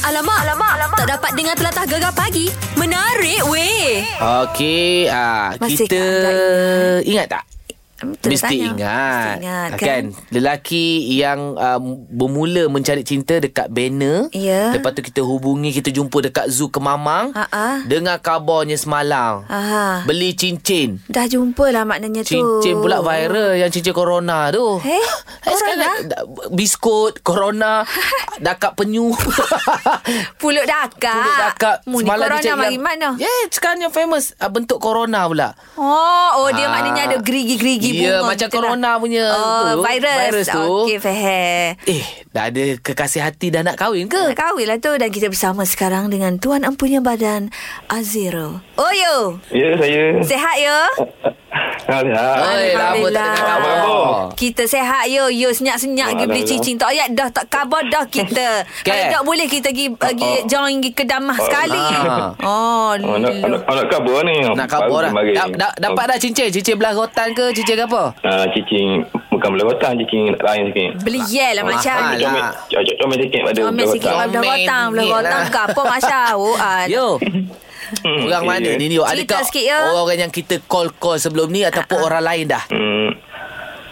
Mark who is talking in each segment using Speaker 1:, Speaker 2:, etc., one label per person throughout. Speaker 1: Alamak, alamak, alamak. Tak dapat dengar telatah gegar pagi. Menarik, weh.
Speaker 2: Okey, ah
Speaker 1: Masih
Speaker 2: kita
Speaker 1: tak
Speaker 2: ingat tak?
Speaker 1: Terus
Speaker 2: Mesti
Speaker 1: tanya.
Speaker 2: ingat,
Speaker 1: Mesti ingat, kan?
Speaker 2: kan? Lelaki yang uh, bermula mencari cinta dekat banner
Speaker 1: Ya.
Speaker 2: Lepas tu kita hubungi Kita jumpa dekat zoo Kemamang
Speaker 1: Ha-ha. Ha.
Speaker 2: Dengar kabarnya semalam
Speaker 1: Aha.
Speaker 2: Beli cincin
Speaker 1: Dah jumpa lah maknanya tu.
Speaker 2: Cincin pula viral Yang cincin corona
Speaker 1: Eh,
Speaker 2: tu
Speaker 1: corona?
Speaker 2: sekarang dah- Biskut Corona Dakap penyu
Speaker 1: Pulut dakak.
Speaker 2: Pulut dakap
Speaker 1: Mu ni Ah. corona
Speaker 2: dicari
Speaker 1: mari
Speaker 2: yang- Ya.
Speaker 1: mana?
Speaker 2: Yeah, sekarang yang famous ah, Bentuk corona pula
Speaker 1: Oh, oh dia
Speaker 2: Ah.
Speaker 1: maknanya ada gerigi-gerigi
Speaker 2: Ya,
Speaker 1: bunga
Speaker 2: macam
Speaker 1: gitu lah.
Speaker 2: corona punya
Speaker 1: oh,
Speaker 2: tu,
Speaker 1: virus.
Speaker 2: virus tu.
Speaker 1: Okey, faham.
Speaker 2: Eh, dah ada kekasih hati dah nak kahwin
Speaker 1: Nak
Speaker 2: ke?
Speaker 1: kahwin lah tu dan kita bersama sekarang dengan Tuan Empunya Badan Azero. Oh yo,
Speaker 3: Ya, saya. Ah,
Speaker 1: sehat yo? Ah,
Speaker 3: Alhamdulillah.
Speaker 2: Oi, lama tak dengar
Speaker 1: Alhamdulillah.
Speaker 2: khabar.
Speaker 1: Kita sehat yo, yo senyap-senyap pergi beli
Speaker 3: Alhamdulillah.
Speaker 1: cincin. Tak payah dah tak kabar dah kita.
Speaker 2: Kan?
Speaker 1: Kalau tak boleh kita pergi, pergi join pergi ke Damah sekali.
Speaker 2: Ah.
Speaker 1: Oh,
Speaker 3: Oh, nak,
Speaker 1: lu.
Speaker 3: nak, nak kabar ni.
Speaker 2: Nak kabur lah.
Speaker 3: Baru
Speaker 2: Da, da, dapat dah cincin? Cincin belah rotan ke? Cincin ke apa?
Speaker 3: Uh, cicing bukan belah kotak cicing lain sikit
Speaker 1: Beli yel lah macam.
Speaker 2: Mahal
Speaker 1: ni.
Speaker 2: lah.
Speaker 3: comel comel- comel sikit pada
Speaker 1: Comel
Speaker 3: belah
Speaker 1: sikit
Speaker 3: kotak.
Speaker 1: Belah rotang Belah
Speaker 2: Comel
Speaker 1: rotang
Speaker 2: lah.
Speaker 1: ke apa Masya Oh, ah.
Speaker 2: Yo.
Speaker 3: Hmm,
Speaker 2: Orang
Speaker 3: okey.
Speaker 2: mana ni ni? Yo?
Speaker 1: Cerita
Speaker 2: Adakah
Speaker 1: sikit, yo. Ah,
Speaker 2: orang yang kita call-call sebelum ni ataupun orang lain dah?
Speaker 3: hmm,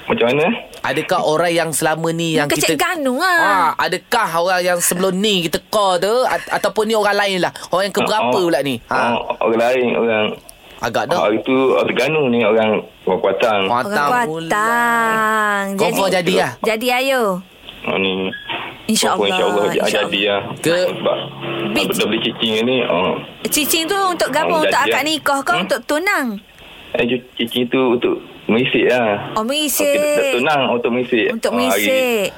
Speaker 3: macam mana
Speaker 2: Adakah orang yang selama ni yang
Speaker 1: Kecil
Speaker 2: kita
Speaker 1: ganu lah
Speaker 2: Ah, adakah orang yang sebelum ni kita call tu at- ataupun ni orang lain lah. Orang yang keberapa
Speaker 3: Oh,
Speaker 2: pula ni?
Speaker 3: oh,
Speaker 2: Ha.
Speaker 3: orang lain orang
Speaker 2: Agak
Speaker 3: oh,
Speaker 2: dah.
Speaker 3: hari tu orang Terengganu ni orang orang kuatang
Speaker 1: Orang kuatang
Speaker 2: Confirm jadi lah.
Speaker 1: Jadi ayo
Speaker 3: oh, ni
Speaker 1: InsyaAllah,
Speaker 3: insyaallah
Speaker 1: insyaAllah.
Speaker 3: jadi lah
Speaker 2: Ke-
Speaker 3: sebab
Speaker 1: Big-
Speaker 3: dah beli cicing ni oh
Speaker 1: Cicing tu untuk gabung
Speaker 3: Oh,
Speaker 1: Untuk
Speaker 3: jadi,
Speaker 1: akad
Speaker 3: ya.
Speaker 1: nikah kau
Speaker 3: Hmm?
Speaker 1: Untuk tunang
Speaker 3: eh, cicing tu untuk mengisik lah
Speaker 1: Oh
Speaker 3: Okey, tak
Speaker 1: merisik
Speaker 3: tunang untuk merisik.
Speaker 1: Untuk
Speaker 3: Ah, hari
Speaker 1: merisik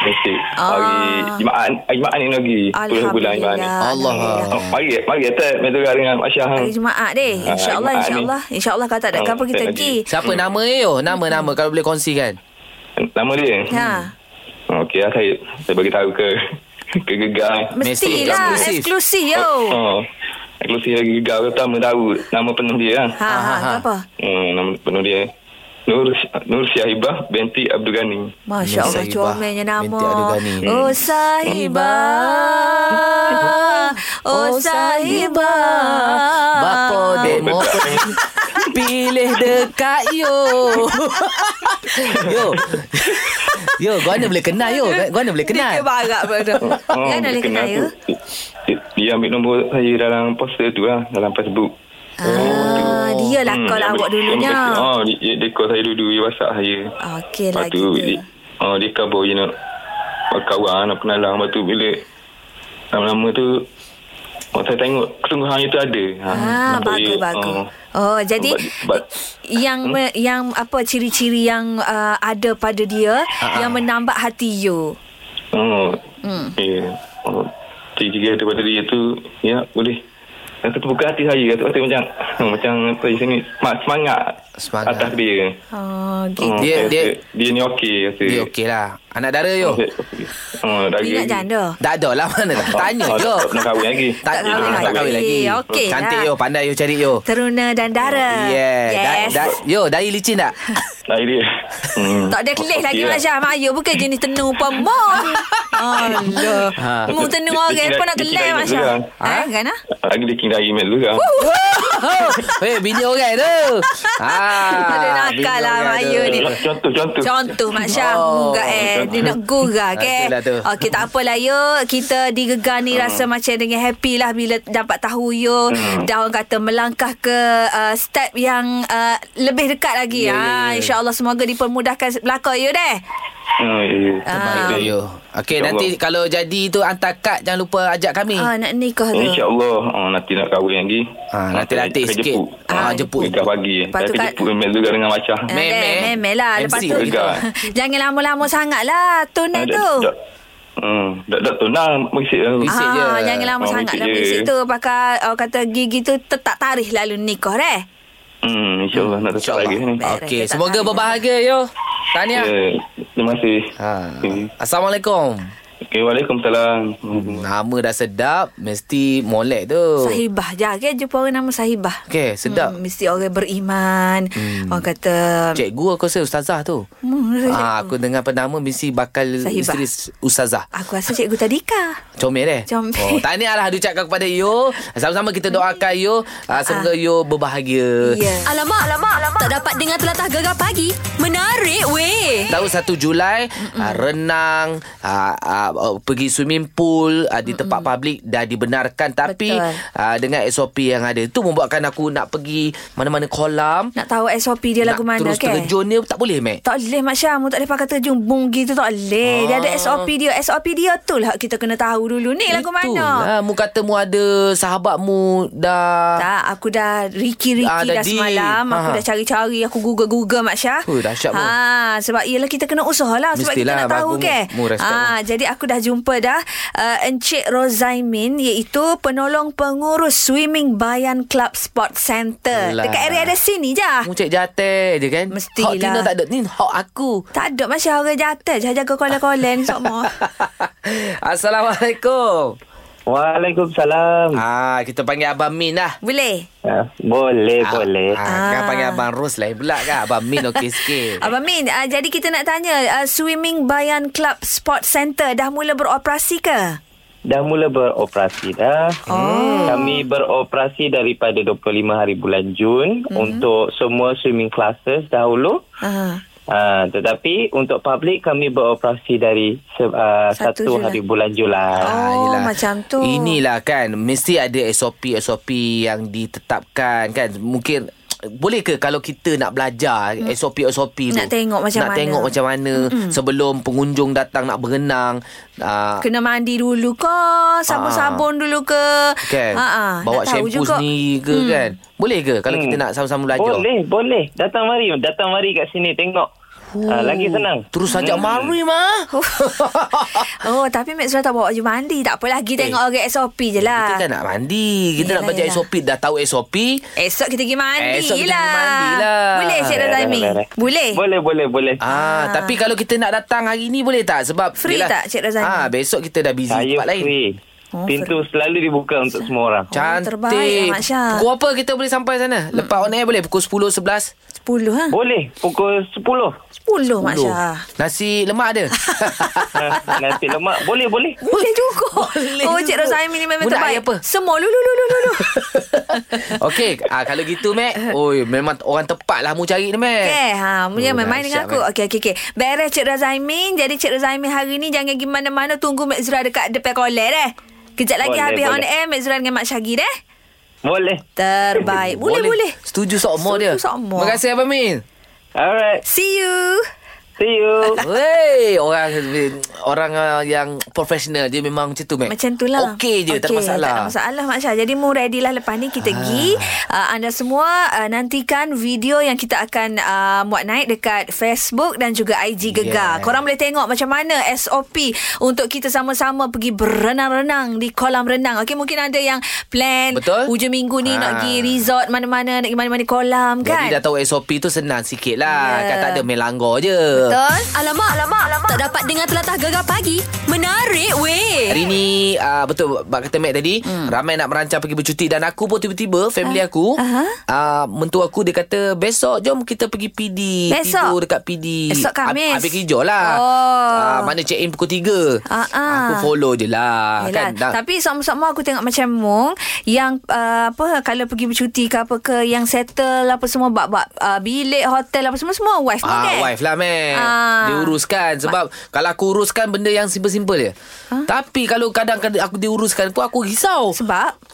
Speaker 3: Merisik.
Speaker 1: Ah.
Speaker 3: Hari Jumaat, hari Jumaat ni lagi. 10 bulan Jumaat
Speaker 1: Alhamdulillah
Speaker 3: ni.
Speaker 2: Allah.
Speaker 1: Alhamdulillah.
Speaker 3: Oh, mari, mari atas Medora dengan Aisyah. hang.
Speaker 1: Hari Jumaat deh
Speaker 3: Ah,
Speaker 1: InsyaAllah
Speaker 3: Jumaat ni.
Speaker 1: InsyaAllah InsyaAllah kalau tak ada
Speaker 3: Oh,
Speaker 1: apa kita
Speaker 3: tak
Speaker 1: pergi
Speaker 2: Siapa nama dia? yo? Nama-nama kalau boleh kongsikan.
Speaker 3: Nama dia?
Speaker 1: Ha
Speaker 3: Oh, Okey, lah, saya, saya bagi tahu ke ke gegar.
Speaker 2: Mesej
Speaker 1: Mestilah lah.
Speaker 2: eksklusif.
Speaker 1: Eksklusif yo
Speaker 3: Oh, eksklusif lagi gegar pertama tahu nama penuh dia. lah.
Speaker 1: Ha ha
Speaker 2: Ha, ha.
Speaker 1: apa
Speaker 3: Hmm, nama penuh dia. Nur Nur Syahibah binti Abdul Ghani.
Speaker 1: Masya
Speaker 2: Min
Speaker 1: Allah
Speaker 2: Sahibah
Speaker 1: comelnya nama
Speaker 2: binti Adugani.
Speaker 1: Oh sahibah Oh sahibah
Speaker 2: Bapa
Speaker 1: Ah.
Speaker 2: demo Pilih dekat yo Yo Yo, kau mana boleh kenal yo Oh, Kau mana boleh kenal
Speaker 1: Dia barak pada Kan
Speaker 3: dia
Speaker 1: boleh kenal ya
Speaker 3: Oh, tu. Dia, dia ambil nombor saya dalam poster tu lah, dalam Facebook.
Speaker 1: Ah, dia lah kau
Speaker 3: Oh, Hmm, dia
Speaker 1: lah
Speaker 3: ambil-
Speaker 1: awak dulunya.
Speaker 3: dia ambil- Oh, dia, dia, dia call saya dulu, dia whatsapp saya.
Speaker 1: Okey lah
Speaker 3: tu, dia,
Speaker 1: kita.
Speaker 3: oh, dia cover je nak kawan, nak kenalan. Lepas tu bila lama-lama tu, oh, saya tengok kesungguhannya tu ada. Ha,
Speaker 1: Ah,
Speaker 3: nampak
Speaker 1: bagus
Speaker 3: dia,
Speaker 1: bagus.
Speaker 3: oh.
Speaker 1: Oh, jadi
Speaker 3: Sebab- sebab-
Speaker 1: yang me, yang apa ciri-ciri yang uh, ada pada dia yang menambah hati you.
Speaker 3: Oh, ya. Oh, tiga daripada dia tu, ya, boleh. Yang tu buka hati saya. Kata macam, hmm, macam saya sini, semangat, semangat,
Speaker 2: Semangat.
Speaker 3: atas dia.
Speaker 1: Oh,
Speaker 3: Oh,
Speaker 1: gitu.
Speaker 2: Dia-
Speaker 3: saya
Speaker 2: dia-
Speaker 3: rasa dia ni okey rasa.
Speaker 2: Dia okey lah Anak dara yo
Speaker 3: Oh,
Speaker 1: Hmm.
Speaker 3: dari Ah,
Speaker 1: Minat janda.
Speaker 2: Tak ada lah mana tak Tanya yo
Speaker 3: Oh, Tak pernah kahwin lagi.
Speaker 2: Tak,
Speaker 1: Tak kahwin
Speaker 2: tak kahwin lagi
Speaker 1: lagi. Okey lah.
Speaker 2: Cantik yo, pandai yo cari yo
Speaker 1: Teruna dan dara.
Speaker 2: Yeah
Speaker 1: Yes.
Speaker 2: da, da, Yo, dari licin tak?
Speaker 3: Dari dia. Hmm.
Speaker 1: Tak ada kelih lagi
Speaker 3: Okey lah.
Speaker 1: Mak Syah Mak Ayu bukan jenis tenu pun Mak Allah
Speaker 2: Ha.
Speaker 1: Mu tenu
Speaker 3: Dia-
Speaker 1: orang
Speaker 3: dia
Speaker 1: pun
Speaker 3: kira-
Speaker 1: nak
Speaker 3: dia
Speaker 1: kelih Mak
Speaker 3: kira ingat
Speaker 1: Syah
Speaker 3: sekarang.
Speaker 1: Ha? Kan ha?
Speaker 3: Lagi dia kira email dulu kan.
Speaker 2: Weh, bini orang tu ah,
Speaker 1: Ada nakal
Speaker 2: bini
Speaker 1: lah,
Speaker 2: orang
Speaker 1: Mak
Speaker 2: tu.
Speaker 1: Yo ni.
Speaker 3: Contoh, contoh.
Speaker 1: Contoh Mak Syah oh.
Speaker 2: Oh. Ah,
Speaker 1: Munggah eh Dia nak gurah ke
Speaker 2: Itulah tu. Hmm.
Speaker 1: Okey tak apalah yo Kita di Gegar ni Rasa macam dengan happy lah Bila dapat tahu yo hmm. Dah orang kata Melangkah ke uh, Step yang uh, Lebih dekat lagi
Speaker 2: Ya,
Speaker 1: yeah,
Speaker 2: ya,
Speaker 1: ha,
Speaker 2: ya.
Speaker 1: InsyaAllah semoga Dipermudahkan belakang yo deh
Speaker 3: Oh, ya.
Speaker 1: Ah.
Speaker 2: Baik yo Okey, nanti kalau jadi tu Hantar kad Jangan lupa ajak kami
Speaker 1: ah, Nak nikah tu
Speaker 3: InsyaAllah oh, nanti nak kahwin lagi.
Speaker 2: Ah, nanti
Speaker 3: Saya-
Speaker 2: latih
Speaker 3: saya
Speaker 2: sikit.
Speaker 3: jemput.
Speaker 2: Ah,
Speaker 3: Saya
Speaker 2: jemput.
Speaker 3: Dekat pagi.
Speaker 1: Lepas
Speaker 3: Saya
Speaker 1: tu
Speaker 3: pergi
Speaker 1: kat-
Speaker 3: jemput email juga dengan Masya.
Speaker 1: Ah,
Speaker 2: Memeh.
Speaker 1: deh, Memeh lah
Speaker 2: MC.
Speaker 1: Lepas tu
Speaker 3: Gegar.
Speaker 1: Jangan lama-lama sangat lah Tunai tu
Speaker 3: Hmm, dah dah tunang mengisik lah.
Speaker 2: Mengisik je.
Speaker 1: Ah, jangan lama
Speaker 3: Oh,
Speaker 1: sangat
Speaker 3: merisik
Speaker 1: lah
Speaker 3: je.
Speaker 1: Merisik tu Pakai orang kata gigi tu Tetap tarikh lalu nikah deh
Speaker 3: Hmm, InsyaAllah nak tetap
Speaker 2: InsyaAllah Ya.
Speaker 3: lagi. ni.
Speaker 2: Okey, semoga berbahagia yo Tahniah
Speaker 3: Ya, Terima kasih.
Speaker 2: Ha.
Speaker 3: Hmm.
Speaker 2: Assalamualaikum.
Speaker 3: Okay, Waalaikumsalam. Hmm.
Speaker 2: Nama dah sedap, mesti molek tu.
Speaker 1: Sahibah Jarang jumpa orang nama Sahibah
Speaker 2: Okey, sedap.
Speaker 1: hmm, Mesti orang beriman hmm. Orang kata
Speaker 2: Cikgu aku rasa ustazah tu.
Speaker 1: Hmm, rasa
Speaker 2: Ah, aku dengar penama mesti bakal
Speaker 1: Sahibah.
Speaker 2: isteri ustazah.
Speaker 1: Aku rasa cikgu Tadika
Speaker 2: Comel eh
Speaker 1: Comel.
Speaker 2: oh, Tahniah lah diucapkan kepada you Sama-sama kita doakan you uh, Semoga you
Speaker 1: Ah.
Speaker 2: berbahagia
Speaker 1: Ya
Speaker 4: Alamak, alamak, alamak. Tak dapat dengar telatah gegar pagi. Menarik weh.
Speaker 2: Tahu 1 Julai uh, Renang uh, uh, uh, Pergi swimming pool uh, Di tempat publik Dah dibenarkan Tapi
Speaker 1: Betul.
Speaker 2: uh, Dengan SOP yang ada Itu membuatkan aku nak pergi Mana-mana kolam
Speaker 1: Nak tahu SOP dia lagu
Speaker 2: Nak
Speaker 1: mana
Speaker 2: terus
Speaker 1: ke
Speaker 2: terjun dia Tak boleh Mac
Speaker 1: Tak boleh Mak Syah Mu tak boleh pakai terjun Bung gitu tak boleh Dia
Speaker 2: Ah.
Speaker 1: ada SOP dia SOP dia tu lah Kita kena tahu dulu Ni lagu mana
Speaker 2: Itulah. Mu kata mu ada Sahabat mu dah
Speaker 1: tak, aku dah riki-riki ah,
Speaker 2: Ah, dah
Speaker 1: dah,
Speaker 2: deal.
Speaker 1: semalam. Aku
Speaker 2: Ha.
Speaker 1: dah cari-cari. Aku google-google, Mak Syah.
Speaker 2: Ui, dahsyat pun.
Speaker 1: ha, Sebab ialah kita kena usaha lah. Sebab
Speaker 2: Mestilah,
Speaker 1: kita nak tahu
Speaker 2: bagus.
Speaker 1: ke.
Speaker 2: Mu- mu respect lah.
Speaker 1: Ah, Jadi aku dah jumpa dah uh, Encik Rozaimin iaitu penolong pengurus Swimming Bayan Club Sport Center.
Speaker 2: Lah.
Speaker 1: Dekat area ada sini je.
Speaker 2: Mu cek jatah je kan
Speaker 1: Mestilah.
Speaker 2: Hak Tina tak ada Ni hak aku
Speaker 1: Tak ada Masya orang jatuh Jangan jaga kolen-kolen Sok mo
Speaker 2: Assalamualaikum
Speaker 3: Hmm.
Speaker 5: Waalaikumsalam.
Speaker 2: Ah, kita panggil Abang Min lah.
Speaker 1: Boleh
Speaker 5: Ah, Boleh,
Speaker 2: Ah,
Speaker 5: boleh.
Speaker 2: Ah, Kan
Speaker 1: Ah.
Speaker 2: panggil Abang Ros lain pula kan. Abang Min okey sikit.
Speaker 1: Abang Min uh, Jadi kita nak tanya uh, Swimming Bayan Club Sport Center Dah mula beroperasi ke?
Speaker 5: Dah mula beroperasi dah. Oh. Kami beroperasi daripada 25 hari bulan Jun mm-hmm. untuk semua swimming classes dahulu.
Speaker 1: Uh,
Speaker 5: Uh, tetapi untuk publik kami beroperasi dari se- uh,
Speaker 1: Satu
Speaker 5: satu
Speaker 1: Julai.
Speaker 5: hari bulan Julai.
Speaker 1: Oh,
Speaker 2: Ah, yelah.
Speaker 1: macam tu.
Speaker 2: Inilah kan, mesti ada SOP-SOP yang ditetapkan kan. Mungkin boleh ke kalau kita nak belajar hmm. SOP-SOP tu?
Speaker 1: Nak tengok macam
Speaker 2: Nak
Speaker 1: mana.
Speaker 2: tengok macam mana mm sebelum pengunjung datang nak berenang. Uh,
Speaker 1: Kena mandi dulu ke? Sabun-sabun dulu ke?
Speaker 2: Ah. kan?
Speaker 1: Ah, ah,
Speaker 2: Bawa
Speaker 1: nak tahu
Speaker 2: shampoo
Speaker 1: juga.
Speaker 2: sendiri ke hmm. kan? Boleh ke kalau hmm. kita nak sama-sama belajar?
Speaker 5: Boleh, boleh. Datang mari, datang mari kat sini tengok. Uh, lagi senang.
Speaker 2: Oh. Terus ajak hmm. mari mah.
Speaker 1: Oh, tapi Mek Surah tak bawa baju mandi. Tak apa lagi tengok orang SOP je lah.
Speaker 2: Eh. Kita kan nak mandi Kita
Speaker 1: Yelah,
Speaker 2: nak baca
Speaker 1: yelah.
Speaker 2: SOP Dah tahu SOP
Speaker 1: Esok kita pergi mandi
Speaker 2: Esok kita pergi
Speaker 1: lah.
Speaker 2: mandi lah.
Speaker 1: Boleh, Cik
Speaker 5: Boleh,
Speaker 1: Razaimi?
Speaker 5: boleh,
Speaker 1: Boleh?
Speaker 5: Boleh, boleh, boleh.
Speaker 2: Ah, tapi kalau kita nak datang hari ni boleh tak? Sebab
Speaker 1: Free tak, Cik Razali?
Speaker 2: Ah, besok kita dah busy
Speaker 5: Saya
Speaker 2: tempat lain.
Speaker 5: free.
Speaker 1: Oh,
Speaker 5: Pintu selalu dibuka untuk semua orang.
Speaker 1: Oh,
Speaker 2: Cantik.
Speaker 1: terbaik lah, Mak Syah. Hmm.
Speaker 2: Pukul apa kita boleh sampai sana? Lepas on air boleh pukul 10 11.
Speaker 1: 10 ha?
Speaker 5: Boleh, pukul 10.
Speaker 1: 10 Oh, Mak Syah.
Speaker 2: Nasi lemak ada.
Speaker 5: Ah, Nasi lemak Boleh boleh
Speaker 1: Boleh juga.
Speaker 2: Boleh
Speaker 1: oh, Cik
Speaker 2: juga.
Speaker 1: Rosaimi ni memang
Speaker 2: Budak
Speaker 1: terbaik.
Speaker 2: air apa?
Speaker 1: Semua lulu lulu lulu.
Speaker 2: Okey, ah, kalau gitu Mac, oi memang orang tepat lah mu cari ni Mac.
Speaker 1: Okay, ha, punya
Speaker 2: Oh,
Speaker 1: main main dengan
Speaker 2: dahsyat,
Speaker 1: aku.
Speaker 2: Mat.
Speaker 1: Okey, okey, okey. Beres Cik Razaimin. Jadi Cik Razaimin hari ni jangan pergi mana-mana. Tunggu Mek Zura dekat depan koler eh. Kejap lagi
Speaker 5: Boleh,
Speaker 1: habis on
Speaker 5: boleh.
Speaker 1: air Mek Zura dengan Mak Syagi eh.
Speaker 5: Boleh
Speaker 1: Terbaik. Boleh, boleh.
Speaker 2: Setuju sokmo
Speaker 1: Setuju
Speaker 2: dia.
Speaker 1: sokmo.
Speaker 2: Terima kasih Abang Min.
Speaker 5: Alright
Speaker 1: See you.
Speaker 5: See you
Speaker 2: Wey, orang orang uh, yang profesional dia memang macam tu Mac.
Speaker 1: Macam tu lah
Speaker 2: Eh, Okey je, okay, tak ada masalah. Ah.
Speaker 1: Tak ada masalah Mak Syah Jadi mu ready lah lepas ni Kita pergi uh, Anda semua uh, nantikan video yang kita akan uh, muat naik Dekat Facebook dan juga IG Gegar
Speaker 2: Yeah.
Speaker 1: Korang boleh tengok macam mana SOP Untuk kita sama-sama pergi berenang-renang Di kolam renang Okey mungkin ada yang plan
Speaker 2: Betul.
Speaker 1: Hujung minggu ni nak
Speaker 2: Ah.
Speaker 1: pergi resort mana-mana Nak pergi mana-mana kolam kan
Speaker 2: Jadi dah tahu SOP tu senang sikit lah.
Speaker 1: Ya.
Speaker 2: Kan tak ada main langgar je.
Speaker 1: Betul
Speaker 4: Alamak, alamak, alamak. Tak dapat dengar telatah gegar pagi. Menarik weh.
Speaker 2: Hari ni uh, betul bab kata Mac tadi hmm. ramai nak merancang pergi bercuti dan aku pun tiba-tiba family aku
Speaker 1: Ah, aha.
Speaker 2: uh, mentua aku dia kata besok jom kita pergi PD
Speaker 1: Besok?
Speaker 2: tidur dekat PD
Speaker 1: Esok Khamis.
Speaker 2: habis kerja lah
Speaker 1: Oh.
Speaker 2: uh, mana check in pukul 3
Speaker 1: Ah, ah.
Speaker 2: aku follow je lah
Speaker 1: Yelah,
Speaker 2: kan dah-
Speaker 1: Tapi sama-sama aku tengok macam Mung Yang uh, apa Kalau pergi bercuti ke apa ke Yang settle apa semua Bab-bab uh, bilik, hotel apa semua Semua wife ni
Speaker 2: Ah,
Speaker 1: kan
Speaker 2: wife lah, man.
Speaker 1: Ah.
Speaker 2: Dia uruskan. Sebab kalau aku uruskan benda yang simple-simple je. Tapi kalau kadang-kadang aku diuruskan tu, aku risau.
Speaker 1: Sebab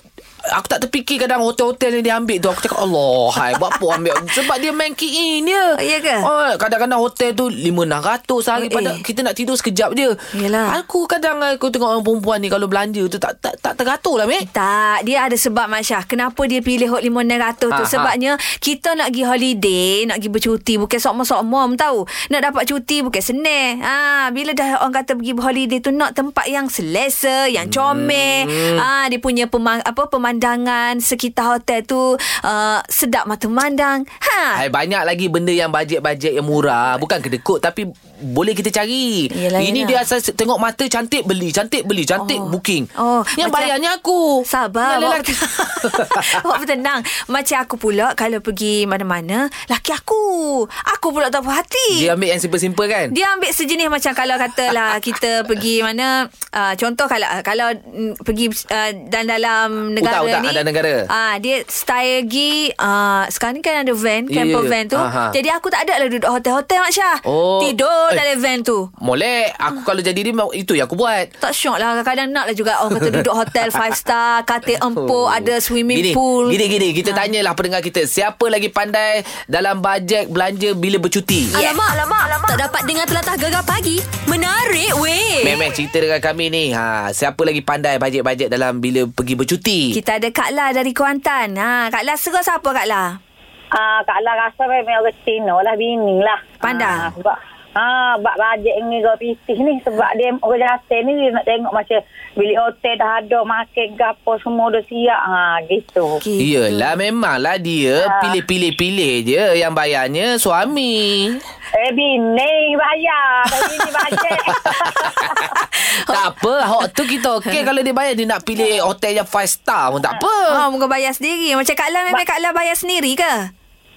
Speaker 2: Aku tak terfikir kadang hotel-hotel yang dia ambil tu. Aku cakap, Allah, hai, buat apa ambil? Sebab dia main key in
Speaker 1: Oh,
Speaker 2: dia.
Speaker 1: ya ke?
Speaker 2: Oh, kadang-kadang hotel tu RM500
Speaker 1: Eh.
Speaker 2: sehari. Padahal kita nak tidur sekejap je.
Speaker 1: Yelah.
Speaker 2: Aku kadang aku tengok orang perempuan ni kalau belanja tu tak tak, tak teratur lah, mate.
Speaker 1: Tak Dia ada sebab Mak Syah Kenapa dia pilih Hot 500 tu
Speaker 2: Ha,
Speaker 1: ha,
Speaker 2: ha.
Speaker 1: Sebabnya Kita nak pergi holiday Nak pergi bercuti Bukan sokmo-sokmo tahu Nak dapat cuti Bukan senang ha, Bila dah orang kata Pergi holiday tu Nak tempat yang selesa Yang comel hmm. ha, Dia Ah, punya pemang, apa pemandangan pemandangan sekitar hotel tu uh, sedap mata memandang. Ha.
Speaker 2: Hai, banyak lagi benda yang bajet-bajet yang murah. Bukan kedekut tapi boleh kita cari.
Speaker 1: Yelah,
Speaker 2: Ini
Speaker 1: yelah.
Speaker 2: dia asal se- tengok mata cantik beli, cantik beli, cantik
Speaker 1: Oh.
Speaker 2: booking.
Speaker 1: Oh,
Speaker 2: yang
Speaker 1: macam-
Speaker 2: bayarnya aku.
Speaker 1: Sabar.
Speaker 2: Yang
Speaker 1: Awak
Speaker 2: lelaki.
Speaker 1: awak pun tenang. Macam aku pula kalau pergi mana-mana, laki aku. Aku pula tak puas hati.
Speaker 2: Dia ambil yang simple-simple kan?
Speaker 1: Dia ambil sejenis macam kalau katalah kita pergi mana uh, contoh kalau kalau mm, pergi uh, dan dalam negara
Speaker 2: Utak-utak
Speaker 1: ni
Speaker 2: ada negara.
Speaker 1: Ah uh, dia style pergi uh, sekarang ni kan ada van,
Speaker 2: Ya,
Speaker 1: camper
Speaker 2: ya.
Speaker 1: van tu.
Speaker 2: Aha.
Speaker 1: Jadi aku tak ada lah duduk hotel-hotel Mak Syah.
Speaker 2: Oh.
Speaker 1: Tidur
Speaker 2: Eh.
Speaker 1: dalam van tu.
Speaker 2: Molek, aku
Speaker 1: Ah.
Speaker 2: kalau jadi dia mau- itu yang aku buat.
Speaker 1: Tak syok lah Kadang-kadang nak lah juga Orang kata duduk hotel Five star Katil empuk Ada swimming
Speaker 2: Oh. gini,
Speaker 1: pool
Speaker 2: Gini gini Kita ha. tanyalah pendengar kita Siapa lagi pandai Dalam bajet belanja Bila bercuti
Speaker 6: Yes. Alamak, alamak, alamak. Tak dapat dengar telatah gegar pagi. Menarik weh.
Speaker 2: Memang cerita dengan kami ni ha, Siapa lagi pandai bajet-bajet Dalam bila pergi bercuti
Speaker 1: Kita ada Kak La dari Kuantan ha, Kak La serah siapa Kak La?
Speaker 7: Ah, Kak La rasa memang orang Cina lah, bini lah. Ah,
Speaker 1: Pandai.
Speaker 7: sebab Ah, bab bajet ni go pitih ni sebab dia orang jasa ni dia nak tengok macam bilik hotel dah ada makan gapo semua dah siap. Ha gitu.
Speaker 1: Okay.
Speaker 2: Iyalah memanglah dia Pilih-pilih-pilih je Yang bayarnya suami
Speaker 7: Eh bini bayar, Dah bini bajet.
Speaker 2: Tak apa Hak tu kita okey Kalau dia bayar Dia nak pilih hotel yang 5 star pun tak apa
Speaker 1: Oh, muka bayar sendiri. Macam Kak La memang Kak La bayar sendiri ke?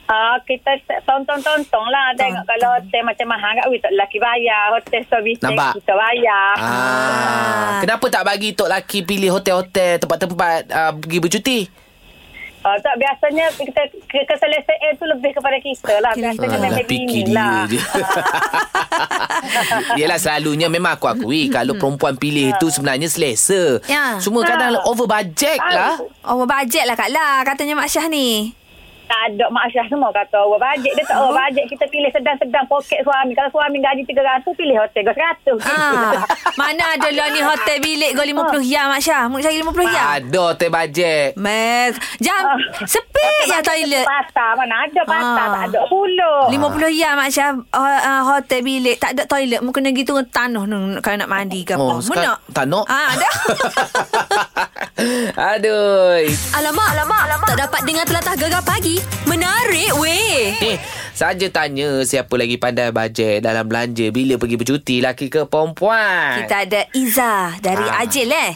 Speaker 7: ah, kita tonton-tonton lah tengok kalau hotel macam mahal kat weh tak lelaki bayar, hotel service
Speaker 2: Nampak?
Speaker 7: kita bayar.
Speaker 2: Ah, kenapa tak bagi Tok Laki pilih hotel-hotel tempat-tempat uh, pergi bercuti?
Speaker 7: Ah, tak biasanya kita ke- keselesaan tu lebih kepada kita lah.
Speaker 1: Kira-
Speaker 7: Biasanya
Speaker 1: Ah,
Speaker 7: memang bini lah.
Speaker 2: Yelah selalunya memang aku akui Kalau perempuan pilih tu sebenarnya selesa
Speaker 1: Hmm. Ya.
Speaker 2: Cuma kadang over budget lah
Speaker 1: Oh, bajet lah Kak La. Katanya Mak Syah ni.
Speaker 7: Tak ada Mak Syah semua kata over bajet. Dia tak over bajet. Kita pilih sedang-sedang poket suami. Kalau suami gaji 300, pilih hotel ke 100.
Speaker 1: Ah, mana ada lah ni hotel bilik kau RM50 ya Mak Syah. Mungkin cari RM50 ya.
Speaker 2: Ada hotel budget
Speaker 1: Mes. Jam. Sepi ya toilet.
Speaker 7: Patah mana ada patah.
Speaker 1: Ah.
Speaker 7: Tak ada pula.
Speaker 1: RM50 ya Mak Syah. Uh, uh, hotel bilik. Tak ada toilet. Mungkin kena gitu tanah ni kalau nak mandi ke apa. Oh,
Speaker 2: Oh,
Speaker 1: Mu nak?
Speaker 2: sekarang tak nak.
Speaker 1: Ah, ada.
Speaker 2: Aduh
Speaker 6: Alamak, alamak, alamak. Tak dapat dengar telatah gegar pagi. Menarik weh.
Speaker 2: Eh, saja tanya siapa lagi pandai bajet dalam belanja bila pergi bercuti laki ke perempuan?
Speaker 1: Kita ada Iza dari
Speaker 2: Ah.
Speaker 1: Ajil eh.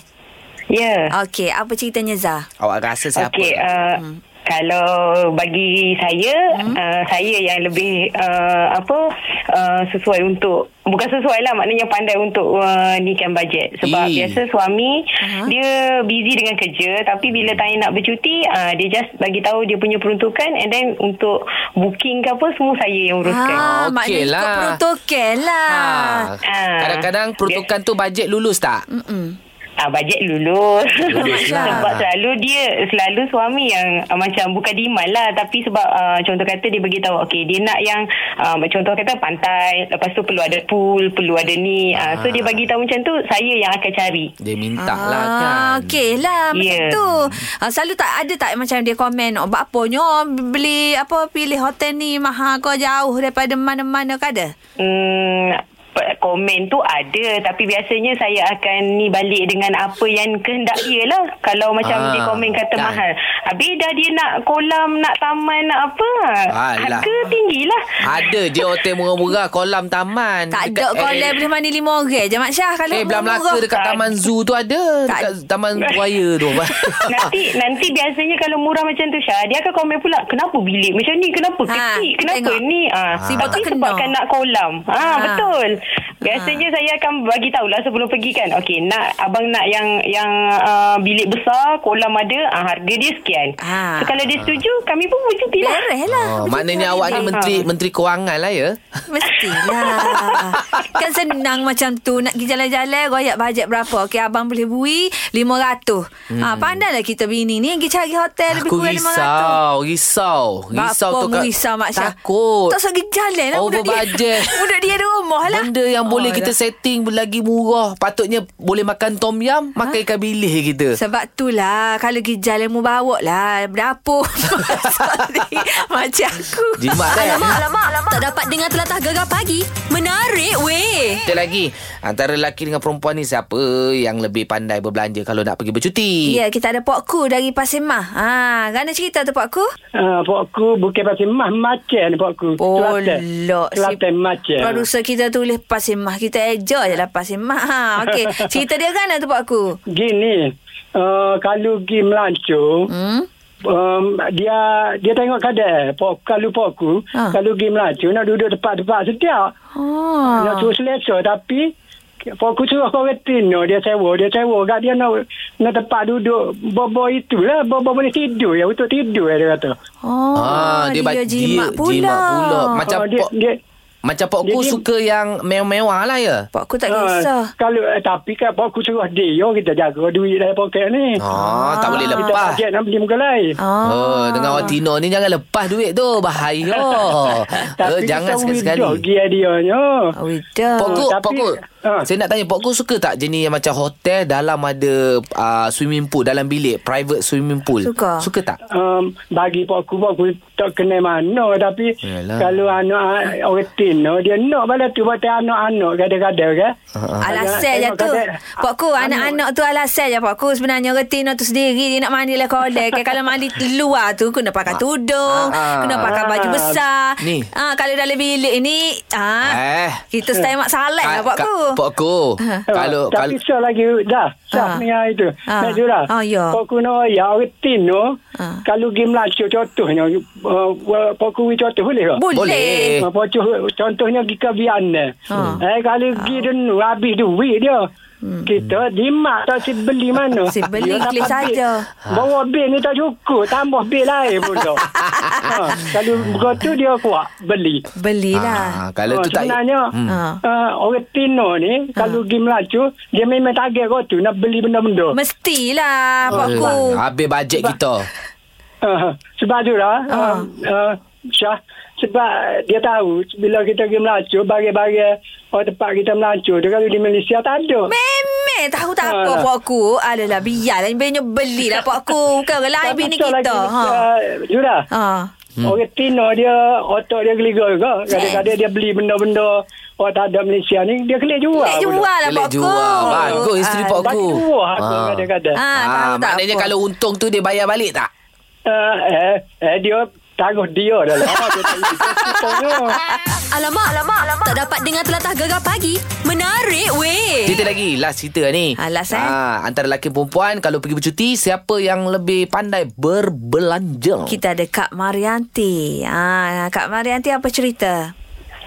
Speaker 8: Ya.
Speaker 1: Okey, apa ceritanya Za?
Speaker 2: Awak rasa siapa?
Speaker 1: eh.
Speaker 8: Okey, uh, hmm. kalau bagi saya, hmm. uh, saya yang lebih uh, apa uh, sesuai untuk bukan sesuai lah maknanya pandai untuk uh, nikan bajet sebab
Speaker 2: Ih.
Speaker 8: biasa suami uh-huh. Hmm. dia busy dengan kerja tapi bila tanya nak bercuti uh, dia just bagi tahu dia punya peruntukan and then untuk booking ke apa semua saya yang uruskan.
Speaker 2: Ah, okey
Speaker 1: maknanya ikut
Speaker 2: lah.
Speaker 1: protokol lah.
Speaker 2: Ha.
Speaker 8: Ah.
Speaker 2: Kadang-kadang peruntukan tu bajet lulus tak?
Speaker 1: Mm.
Speaker 8: Ah bajet lulus.
Speaker 2: Lulus lah.
Speaker 8: sebab selalu dia selalu suami yang uh, macam bukan demand lah tapi sebab uh, contoh kata dia bagi tahu okey dia nak yang uh, contoh kata pantai lepas tu perlu ada pool, perlu ada ni. Uh, so
Speaker 2: Ah.
Speaker 8: dia bagi tahu macam tu saya yang akan cari.
Speaker 2: Dia minta lah kan.
Speaker 1: Ah, Okey lah macam
Speaker 8: Ya.
Speaker 1: tu. Ah, selalu tak ada tak macam dia komen oh, buat apa nyo beli apa pilih hotel ni mahal ke jauh daripada mana-mana ke ada?
Speaker 8: Hmm, pe- komen tu ada tapi biasanya saya akan ni balik dengan apa yang kehendak dia lah kalau macam
Speaker 2: Ah,
Speaker 8: dia komen kata
Speaker 2: kan.
Speaker 8: mahal habis dah dia nak kolam nak taman nak apa
Speaker 2: Alah.
Speaker 8: harga lah. tinggilah
Speaker 2: Ada je hotel murah-murah kolam taman.
Speaker 1: Tak ada
Speaker 2: Dekat-
Speaker 1: kolam boleh mandi lima orang je Mak Syah kalau
Speaker 2: Eh, belah Melaka
Speaker 1: murah-murah.
Speaker 2: dekat Taman Zoo tu ada.
Speaker 1: Tak.
Speaker 2: Dekat Taman Buaya tu.
Speaker 8: nanti nanti biasanya kalau murah macam tu Syah dia akan komen pula kenapa bilik macam ni kenapa
Speaker 1: Ha,
Speaker 8: kecil kenapa
Speaker 1: tengok. Ah.
Speaker 8: ni ha,
Speaker 1: Si botak
Speaker 8: tapi
Speaker 1: kena.
Speaker 8: sebabkan nak kolam ha,
Speaker 1: Ha.
Speaker 8: betul biasanya saya akan bagi tahulah sebelum pergi kan okey nak abang nak yang yang uh, bilik besar kolam ada uh, harga dia sekian
Speaker 1: Ha.
Speaker 8: so kalau dia setuju kami pun bercuti lah
Speaker 1: Beres lah Ha.
Speaker 2: Oh,
Speaker 1: Macam
Speaker 2: maknanya
Speaker 1: tu
Speaker 2: awak ni
Speaker 1: ada.
Speaker 2: menteri menteri kewangan lah ya.
Speaker 1: Mestilah Kan senang macam tu Nak pergi jalan-jalan Royak bajet berapa Okey abang boleh bui RM500 hmm. ha, Pandailah kita bini ni Pergi cari hotel Lebih
Speaker 2: Aku
Speaker 1: kurang
Speaker 2: risau, risau,
Speaker 1: RM500 Risau
Speaker 2: risau tu
Speaker 1: Bapa risau Mak Syah
Speaker 2: Takut.
Speaker 1: Tak usah pergi jalan lah
Speaker 2: Over
Speaker 1: budak
Speaker 2: budget.
Speaker 1: dia Budak dia di rumah lah
Speaker 2: Benda yang boleh kita setting lagi murah. Patutnya boleh makan tom
Speaker 1: Ha?
Speaker 2: yam, makan ikan bilis kita.
Speaker 1: Sebab tu lah Kalau gejala mu bawa lah Dapur Sorry Macam aku
Speaker 2: Jimat kan?
Speaker 4: Alamak, alamak, alamak. Tak dapat dengar telatah gegar pagi. Menarik weh.
Speaker 2: Kita lagi Antara lelaki dengan perempuan ni Siapa yang lebih pandai berbelanja Kalau nak pergi bercuti
Speaker 1: Ya kita ada Pak Ku dari Pasir Mah ha, Gana cerita tu Pak Ku
Speaker 8: Ah, Pak Ku bukan pasal mah macam ni Pak Ku.
Speaker 1: Oh, Polok si
Speaker 8: Selatan macam.
Speaker 1: Produser kita tulis Pasir Mah Kita eja je lah Pasir Mah ha, okay. Cerita dia kan tu Pak Ku
Speaker 8: Gini, uh, kalau pergi melancong,
Speaker 1: hmm?
Speaker 8: um, dia dia tengok kadang pok, eh, kalau poku
Speaker 1: Ah.
Speaker 8: ha. kalau pergi Melaju nak duduk tempat-tempat setiap ha. nak
Speaker 1: Oh.
Speaker 8: suruh selesa tapi poku suruh orang tino dia sewa dia sewa kat dia nak nak tempat duduk bobo itulah bobo boleh tidur ya untuk tidur ya, dia kata
Speaker 1: Oh,
Speaker 2: Ah, dia, ba-
Speaker 1: jimat
Speaker 2: dia
Speaker 1: pula. Oh,
Speaker 2: jimat pula. Macam
Speaker 8: Ah, dia-
Speaker 2: pok,
Speaker 8: dia-
Speaker 2: macam pok
Speaker 8: dia-
Speaker 2: ku
Speaker 8: dia-
Speaker 2: suka yang mewah-mewah lah ya.
Speaker 1: Pak Ku tak
Speaker 8: Ah,
Speaker 1: kisah
Speaker 8: kalau eh, tapi kan poku suruh dia kita jaga duit dari poket ni
Speaker 2: Ah, tak boleh
Speaker 8: kita
Speaker 2: lepas.
Speaker 8: paket nak beli muka lain
Speaker 1: Ah.
Speaker 2: Oh, dengan orang Tino ni jangan lepas duit tu. Bahaya. oh,
Speaker 8: tapi
Speaker 2: jangan
Speaker 8: kita withdraw
Speaker 2: sekali-sekali.
Speaker 8: dia dia
Speaker 1: Ah, Wida.
Speaker 2: Pok ku,
Speaker 8: Tapi-
Speaker 2: pok ku.
Speaker 8: Ah.
Speaker 2: Saya nak tanya, pok ku suka tak jenis yang macam hotel dalam ada uh, swimming pool, dalam bilik, private swimming pool?
Speaker 1: Suka.
Speaker 2: Suka tak?
Speaker 8: um, bagi poku poku tak kena mana tapi
Speaker 2: Yalah.
Speaker 8: Yalah. kalau anak orang tin no, dia nak pada tu buat anak-anak kadang-kadang kan
Speaker 2: Ah.
Speaker 1: Alasan je
Speaker 8: Tengok
Speaker 1: tu
Speaker 8: kadang-
Speaker 1: Pak Ku Anak-anak tu alasan je Pak Ku Sebenarnya retina tu sendiri Dia nak mandi lah kolek Kan Kalau mandi luar tu Kena pakai tudung
Speaker 2: Ah, ah.
Speaker 1: Kena pakai baju besar
Speaker 2: Ni.
Speaker 1: ah, Kalau dalam bilik ni ah,
Speaker 2: Eh.
Speaker 1: Kita style mak salat lah Pak
Speaker 2: Ka-
Speaker 1: Ku
Speaker 2: Pok ku. Kalau, kalau,
Speaker 8: tapi sah lagi dah
Speaker 1: Ah.
Speaker 8: sah ni yang itu
Speaker 1: Ah.
Speaker 8: nak jurah
Speaker 1: Ah, ya.
Speaker 8: poku no ya orang tin no
Speaker 1: Ah.
Speaker 8: kalau game Melayu contohnya uh, poku contoh boleh tak
Speaker 1: Boleh,
Speaker 2: Boleh. Eh.
Speaker 8: Eh. Pocuh, contohnya pergi ke Viana.
Speaker 1: Ha.
Speaker 8: Ha. Eh, kalau pergi denu, habis duit dia. Hmm. Kita jimat tak si beli mana.
Speaker 1: Si beli
Speaker 8: Dia dapat
Speaker 1: klik saja.
Speaker 8: bil. Bawa bil ni tak cukup. Tambah bil lain pula. ha. Kalau begitu dia kuat beli.
Speaker 1: Belilah
Speaker 2: Ah, kalau tu
Speaker 8: Ha,
Speaker 2: tak
Speaker 8: sebenarnya
Speaker 2: Hmm.
Speaker 1: Ha.
Speaker 8: uh, orang Tino ni kalau pergi Melayu dia memang target kau tu nak beli benda-benda.
Speaker 1: Mestilah Pak
Speaker 2: Eh,
Speaker 1: Ku
Speaker 2: Habis bajet kita.
Speaker 8: Uh, sebab tu lah
Speaker 1: Ah.
Speaker 8: uh, uh, Syah sebab dia tahu bila kita pergi Melancur barang-barang orang tempat kita Melancur tu kalau di Malaysia tak ada
Speaker 1: Memang tahu tak apa
Speaker 8: Ah.
Speaker 1: Pak Ku Adalah biarlah Bini belilah Pak Ku Bukan orang lain bini
Speaker 8: Tak
Speaker 1: kita
Speaker 8: lagi,
Speaker 1: ha.
Speaker 8: uh, Jura
Speaker 1: Ha.
Speaker 8: hmm. orang Tino dia otak dia geliga juga kadang-kadang dia beli benda-benda orang tak ada Malaysia ni dia kena jual
Speaker 1: Boleh jual lah Pak
Speaker 2: Boleh
Speaker 1: Ku
Speaker 2: jual. Bagus isteri
Speaker 1: Ah,
Speaker 2: Pak
Speaker 8: bagi
Speaker 2: Ku.
Speaker 8: dua aku
Speaker 2: Ah.
Speaker 8: kadang-kadang
Speaker 1: Ah, tahu tak
Speaker 2: maknanya
Speaker 1: apa.
Speaker 2: kalau untung tu dia bayar balik tak?
Speaker 8: uh, eh, eh, dia tangguh dia dah lah Dia tak- dia tak-
Speaker 4: Alamak, alamak, alamak. Tak dapat dengar telatah gegar pagi. Menarik weh.
Speaker 2: Cerita lagi Last cerita ni
Speaker 1: Eh. Ah, last, eh?
Speaker 2: ah, Antara lelaki dan perempuan Kalau pergi bercuti Siapa yang lebih pandai Berbelanja
Speaker 1: Kita ada Kak Marianti. Ah, Kak Marianti apa cerita?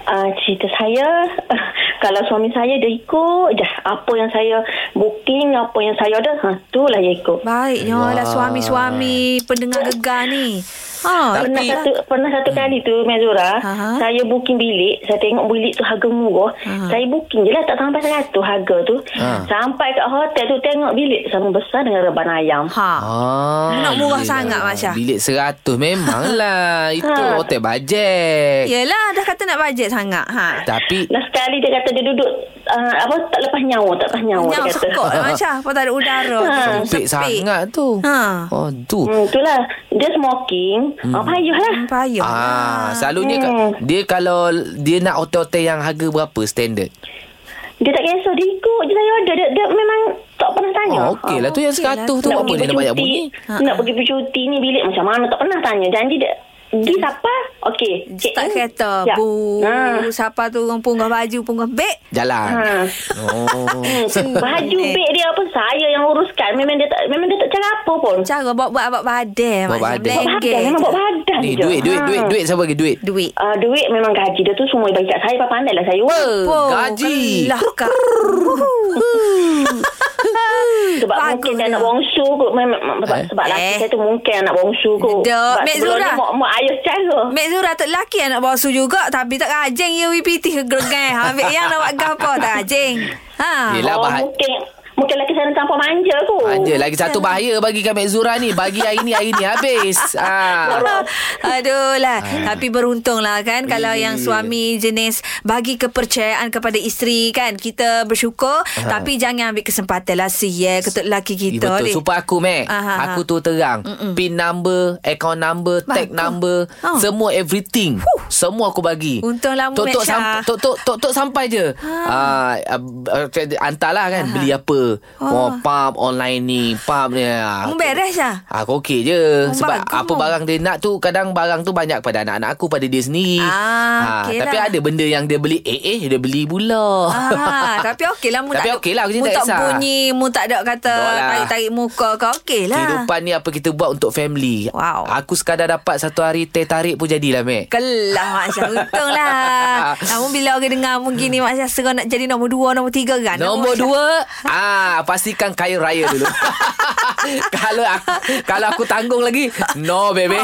Speaker 9: Uh, cerita saya kalau suami saya dia ikut je apa yang saya booking apa yang saya order ha itulah dia ikut
Speaker 1: Baiknya
Speaker 2: Wah.
Speaker 1: lah suami-suami pendengar gegar ni. Ha,
Speaker 9: pernah
Speaker 1: tapi Hmm.
Speaker 9: satu pernah satu kali tu Mezura
Speaker 1: Aha.
Speaker 9: saya booking bilik saya tengok bilik tu harga murah
Speaker 1: Aha.
Speaker 9: saya booking je lah tak sampai 100 harga tu
Speaker 2: Ha.
Speaker 9: sampai kat hotel tu tengok bilik sama besar dengan reban ayam
Speaker 1: ha.
Speaker 2: Ah,
Speaker 1: Nak murah
Speaker 2: yelah.
Speaker 1: sangat, Ah. Masya.
Speaker 2: Bilik seratus memanglah Itu
Speaker 9: Ha.
Speaker 2: hotel bajet
Speaker 1: Yelah dah kata nak bajet sangat. Ha.
Speaker 2: Tapi
Speaker 9: Nah sekali dia kata dia duduk uh, apa tak lepas nyawa tak lepas nyawa
Speaker 1: Nyawa
Speaker 9: dia kata
Speaker 1: sekot lah Masya. Apa tak ada udara.
Speaker 9: Ha.
Speaker 2: Ha. Sempit sangat tu
Speaker 1: Ha.
Speaker 2: Aduh
Speaker 9: Hmm, itulah dia smoking hmm. apa payah lah
Speaker 1: Payah.
Speaker 2: Ah, selalunya
Speaker 9: Hmm.
Speaker 2: hmm. dia kalau dia nak hotel-hotel yang harga berapa standard?
Speaker 9: Dia tak kisah Dia ikut je saya order Dia, dia memang tak pernah tanya Ha.
Speaker 2: Oh, okey lah tu yang
Speaker 1: okey lah
Speaker 2: 100 tu
Speaker 1: tu.
Speaker 9: Nak
Speaker 2: apa
Speaker 9: pergi
Speaker 2: dia nak banyak
Speaker 9: bercuti
Speaker 2: bunyi? Ha,
Speaker 9: Nak pergi bercuti ni Bilik macam mana Tak pernah tanya Janji dia Pergi siapa Okey Ya.
Speaker 1: Start kereta.
Speaker 4: Ya.
Speaker 1: Bu.
Speaker 4: Ha.
Speaker 1: Siapa tu orang punggah baju, punggah beg.
Speaker 2: Jalan.
Speaker 9: Ha.
Speaker 1: Ah.
Speaker 9: Hmm,
Speaker 2: Oh.
Speaker 9: Baju
Speaker 1: Eh.
Speaker 9: beg dia apa Saya yang uruskan Memang dia tak Memang dia tak cara apa pun
Speaker 1: Cara buat-buat abang badan.
Speaker 2: Buat
Speaker 1: Masya.
Speaker 2: badan.
Speaker 9: Buat badan Memang buat badan
Speaker 2: Ni
Speaker 9: je.
Speaker 2: duit, duit,
Speaker 9: Ha.
Speaker 2: duit, duit siapa bagi duit?
Speaker 1: Duit.
Speaker 9: Ah, duit memang gaji dia tu semua bagi kat saya pandai lah saya work
Speaker 1: Oh,
Speaker 2: Gaji.
Speaker 1: Lah kak.
Speaker 9: sebab
Speaker 1: bagus
Speaker 9: mungkin dia
Speaker 1: lah.
Speaker 9: anak bongsu kot Memang- sebab,
Speaker 2: Eh.
Speaker 9: sebab laki
Speaker 1: Eh.
Speaker 9: saya tu mungkin anak bongsu kot
Speaker 1: Dok,
Speaker 9: sebab
Speaker 1: Mek
Speaker 9: sebelum ni
Speaker 1: Zura.
Speaker 9: mak, mak ayah secara
Speaker 1: Mek Zura tak lelaki yang nak basuh juga Tapi tak rajin ya WPT ke gerengan Habis yang nak buat gapo tak rajin ha.
Speaker 2: Yelah,
Speaker 9: oh,
Speaker 2: bahaya.
Speaker 9: mungkin Mungkin lelaki saya nak campur manja kot.
Speaker 8: Oh.
Speaker 2: Manja lagi satu bahaya bagi kami Zura ni. Bagi hari ni hari ni habis. Ha.
Speaker 1: Aduh lah Tapi beruntung lah kan Kalau yang suami jenis Bagi kepercayaan kepada isteri kan Kita bersyukur Tapi jangan ambil kesempatan lah Sial ketuk lelaki
Speaker 2: Eh,
Speaker 1: kita ni.
Speaker 2: betul.
Speaker 1: Ah, ha,
Speaker 2: Supaya aku, Mac.
Speaker 1: Aha, aha.
Speaker 2: Aku tu terang. Mm-mm. PIN number, account number, tag
Speaker 1: Bagus.
Speaker 2: number.
Speaker 1: Oh.
Speaker 2: Semua everything. Huh. Semua aku bagi.
Speaker 1: Untunglah mu,
Speaker 2: Tok-tok
Speaker 1: Mat Syah.
Speaker 2: sampai, tok, tok, tok, tok sampai je. Ha. Uh, hantarlah
Speaker 1: Ha,
Speaker 2: kan. Beli apa. Oh. oh pump online ni. Pump ni. Ah,
Speaker 1: Mu
Speaker 2: aku-
Speaker 1: beres lah
Speaker 2: Aku okey
Speaker 1: Oh,
Speaker 2: je Sebab
Speaker 1: bagus.
Speaker 2: apa barang dia nak tu Kadang barang tu banyak pada anak-anak aku Pada dia sendiri
Speaker 1: Ah, okey
Speaker 2: Tapi
Speaker 1: lah.
Speaker 2: ada benda yang dia beli Eh eh dia beli pula
Speaker 1: Ah, tapi okey lah mu
Speaker 2: Tapi
Speaker 1: tak,
Speaker 2: okey lah, aku ni
Speaker 1: mu
Speaker 2: tak
Speaker 1: tak
Speaker 2: kisah.
Speaker 1: bunyi Mu tak ada kata
Speaker 2: Tak lah.
Speaker 1: Tarik-tarik muka kau Okey lah
Speaker 2: Kehidupan ni apa kita buat untuk family
Speaker 1: Wow.
Speaker 2: Aku sekadar dapat satu hari teh tarik pun jadilah Mek
Speaker 1: Kelah Mak Syah Untung lah Namun bila orang dengar Mu gini Mak Syah Serah nak jadi nombor dua Nombor tiga kan Mak
Speaker 2: Nombor
Speaker 1: Syah.
Speaker 2: dua ah Pastikan kaya raya dulu Kalau aku, kalau aku tanggung lagi No baby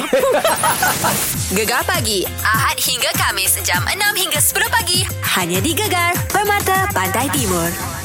Speaker 4: Gegar pagi Ahad hingga Kamis jam 6 hingga 10 pagi hanya di Gegar Permata Pantai Timur.